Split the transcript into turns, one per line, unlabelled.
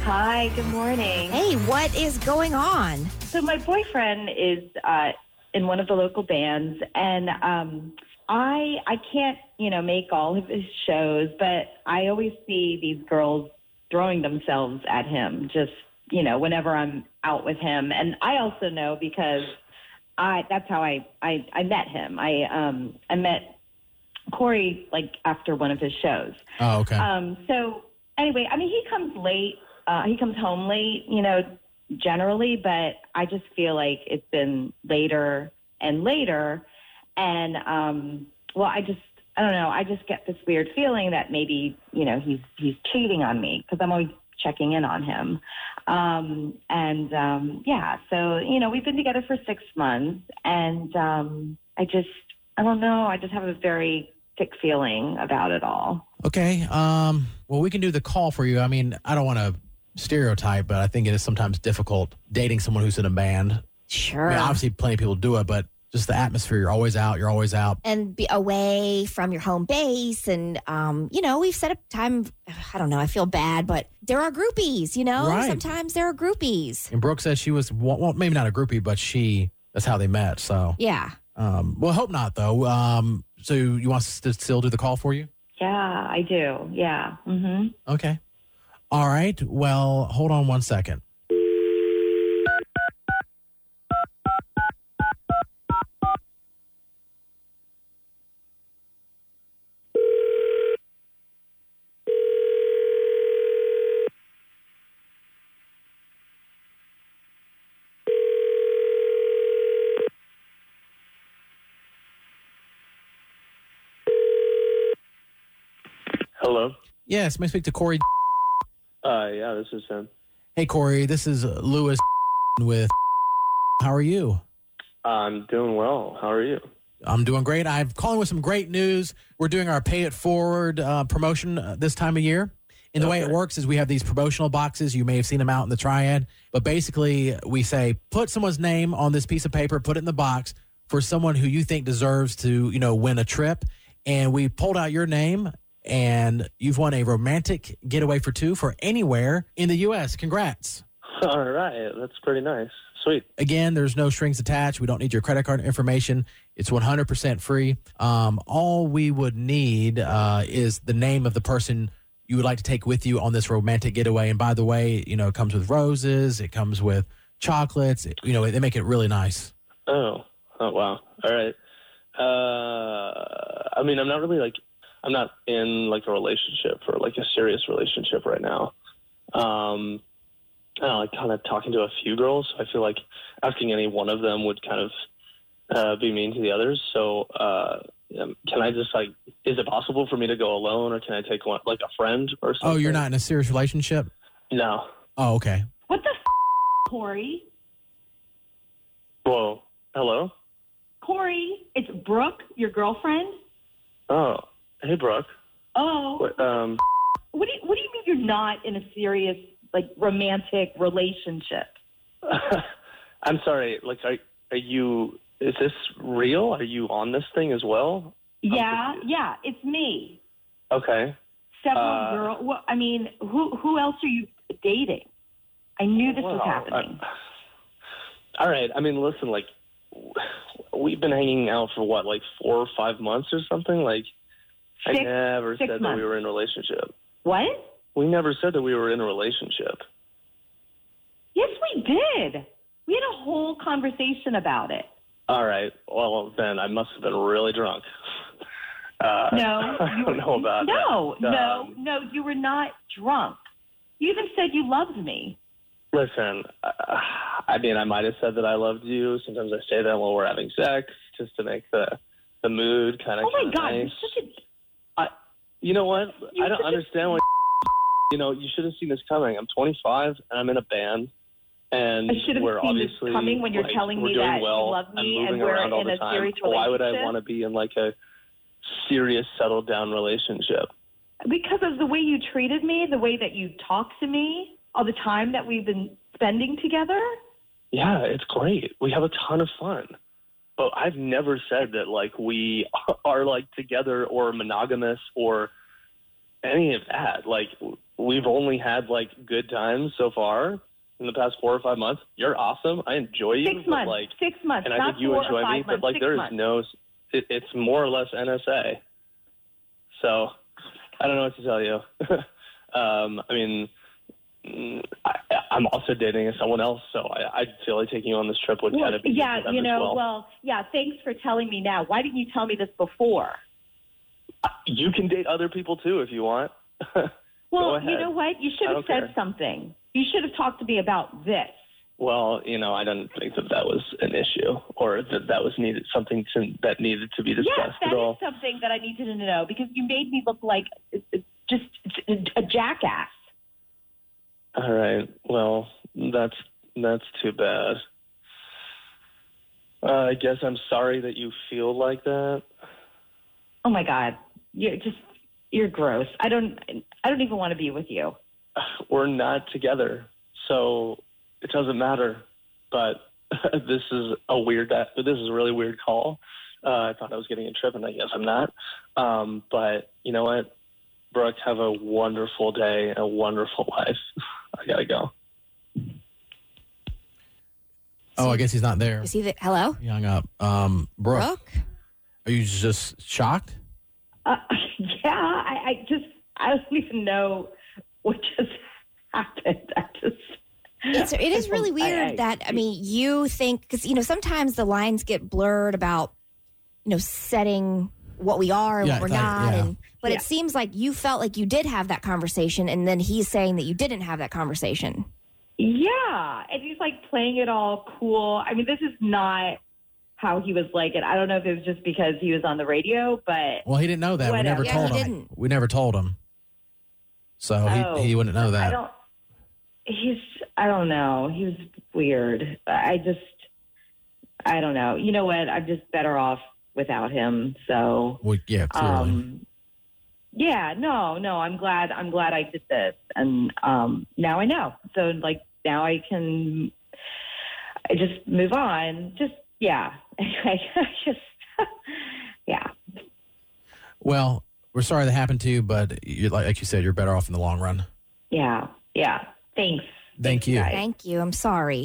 Hi, good morning.
Hey, what is going on?
So my boyfriend is uh, in one of the local bands, and um, I I can't you know make all of his shows, but I always see these girls throwing themselves at him, just you know whenever I'm out with him, and I also know because I that's how I I, I met him. I um I met Corey like after one of his shows.
Oh, okay.
Um, so anyway, I mean, he comes late. Uh, he comes home late, you know, generally, but I just feel like it's been later and later. And, um, well, I just, I don't know. I just get this weird feeling that maybe, you know, he's, he's cheating on me because I'm always checking in on him. Um, and, um, yeah, so, you know, we've been together for six months and, um, I just, I don't know. I just have a very sick feeling about it all.
Okay. Um, well, we can do the call for you. I mean, I don't want to stereotype, but I think it is sometimes difficult dating someone who's in a band. I
Sure.
mean, obviously, plenty of people do it, but just the atmosphere. You're always out. You're always out.
and be away from your home base. And, um, you know, we've set up time. I don't know. I feel bad, but there are groupies, you know?
Right.
Sometimes there are groupies.
And Brooke says she was, well, well, maybe not a groupie, but she, that's how they met. So,
Yeah.
um, well, hope not, though. Um, so you want us to still do the call for you?
Yeah, I do. Yeah. hmm
Okay. All right. Well, hold on one second.
Hello.
Yes, may I speak to Corey?
Uh, yeah, this is him.
Hey, Corey, this is Lewis with. How are you?
I'm doing well. How are you?
I'm doing great. I'm calling with some great news. We're doing our Pay It Forward uh, promotion uh, this time of year. And the way it
Okay.
works is we have these promotional boxes. You may have seen them out in the triad, but basically we say put someone's name on this piece of paper, put it in the box for someone who you think deserves to, you know, win a trip. And we pulled out your name, and you've won a romantic getaway for two for anywhere in the U.S. Congrats!
All right. That's pretty nice. Sweet.
Again, there's no strings attached. We don't need your credit card information. It's 100% free. Um, all we would need uh, is the name of the person you would like to take with you on this romantic getaway. And by the way, you know, it comes with roses, it comes with chocolates. It- you know, they make it really nice.
Oh. Oh wow. All right. Uh, I mean, I'm not really like, I'm not in like a relationship or like a serious relationship right now. Um, I don't know, like kind of talking to a few girls. I feel like asking any one of them would kind of uh, be mean to the others. So, uh, um, can I just like, is it possible for me to go alone, or can I take one like a friend or something?
Oh, you're not in a serious relationship?
No.
Oh, okay.
What the f- Corey?
Whoa. Hello.
Corey, it's Brooke, your girlfriend.
Oh, hey, Brooke.
Oh,
Wait, um,
what do you, what do you mean you're not in a serious like romantic relationship?
I'm sorry. Like, are are you? Is this real? Are you on this thing as well?
Yeah,
confused.
yeah, it's me.
Okay.
Several
Uh,
girl. Well, I mean, who who else are you dating? I knew this was
Wow,
happening.
All right. I mean, listen. Like, w- we've been hanging out for what, like four or five months or something. Like, I
Six-
never
six
said that
months.
we were in a relationship.
what?
We never said that we were in a relationship.
Yes, we did. We had a whole conversation about it.
All right. Well, then I must have been really drunk. Uh,
No,
I
you
don't know about that.
No, no,
Um,
no. You were not drunk. You even said you loved me.
Listen, uh, I mean, I might have said that I loved you. Sometimes I say that while we're having sex, just to make the the mood kind of.
Oh my
kinda
God, you're
nice.
such a
You know what?
You're
I
such
don't
a-
understand why. You know, you should have seen this coming. I'm 25 and I'm in a band, and
I should have
we're
seen this
obviously
coming when you're
like,
telling
we're
me
doing
that you
well
love me
and
and
moving
we're
around all
in
the
a
time.
serious
Why would I
relationship?
want to be in like a serious, settled down relationship?
because of the way you treated me, the way that you talked to me, all the time that we've been spending together.
Yeah, it's great. We have a ton of fun. But I've never said that like we are like together or monogamous or any of that. Like w- we've only had like good times so far in the past four or five months. You're awesome. I enjoy you.
Six
but,
months.
Like,
six months.
and I
not
think you
four or
enjoy
five
me, but
months,
like
six
there is
months.
no. It, it's more or less NSA. So I don't know what to tell you. um, I mean, mm, I, I'm also dating someone else, so I, I feel like taking you on this trip would
Well,
kind of be
yeah,
good for them
you
as
know,
well.
yeah, thanks for telling me now. Why didn't you tell me this before?
You can date other people too if you want.
Well,
ahead.
you know what? You should
I
have
don't
said
care.
something. You should have talked to me about this.
Well, you know, I don't think that that was an issue or that that was needed something to, that needed to be discussed
Yes, that
at all.
is something that I needed to know because you made me look like uh, just a jackass.
all right. Well, that's that's too bad. Uh, I guess I'm sorry that you feel like that.
Oh my God, you're just you're gross. I don't I don't even want to be with you.
We're not together, so it doesn't matter. But this is a weird. This is a really weird call. Uh, I thought I was getting a trip, and I guess I'm not. Um, but you know what, Brooke, have a wonderful day, and a wonderful life. I gotta go.
Oh, I guess he's not there.
Is he the hello?
He hung up. Um, Brooke,
Brooke?
are you just shocked?
Uh, yeah, I, I just I don't even know what just happened. I just
It's, it is really
I-
weird
I-
that, I mean, you think, because, you know, sometimes the lines get blurred about, you know, setting what we are and
Yeah,
what we're
that-
not.
yeah.
And, but
Yeah.
it seems like you felt like you did have that conversation, and then he's saying that you didn't have that conversation.
Yeah, and he's like playing it all cool. I mean, this is not how he was like it. I don't know if it was just because he was on the radio, but
Well, he didn't know that. We
Whatever.
never
Yeah,
told
he
him.
didn't.
We never told him. So
Oh.
he, he wouldn't know
I
that.
don't. He's I don't know. He was weird. I just I don't know. You know what? I'm just better off without him. So
Well, yeah, clearly.
um, yeah, no, no. I'm glad. I'm glad I did this, and um, now I know. So like now I can, I just move on. Just yeah. Anyway, I just yeah.
well, we're sorry that happened to you, but you, like, like you said, you're better off in the long run.
Yeah, yeah. Thanks.
Thank you.
guys.
Thank you. I'm sorry.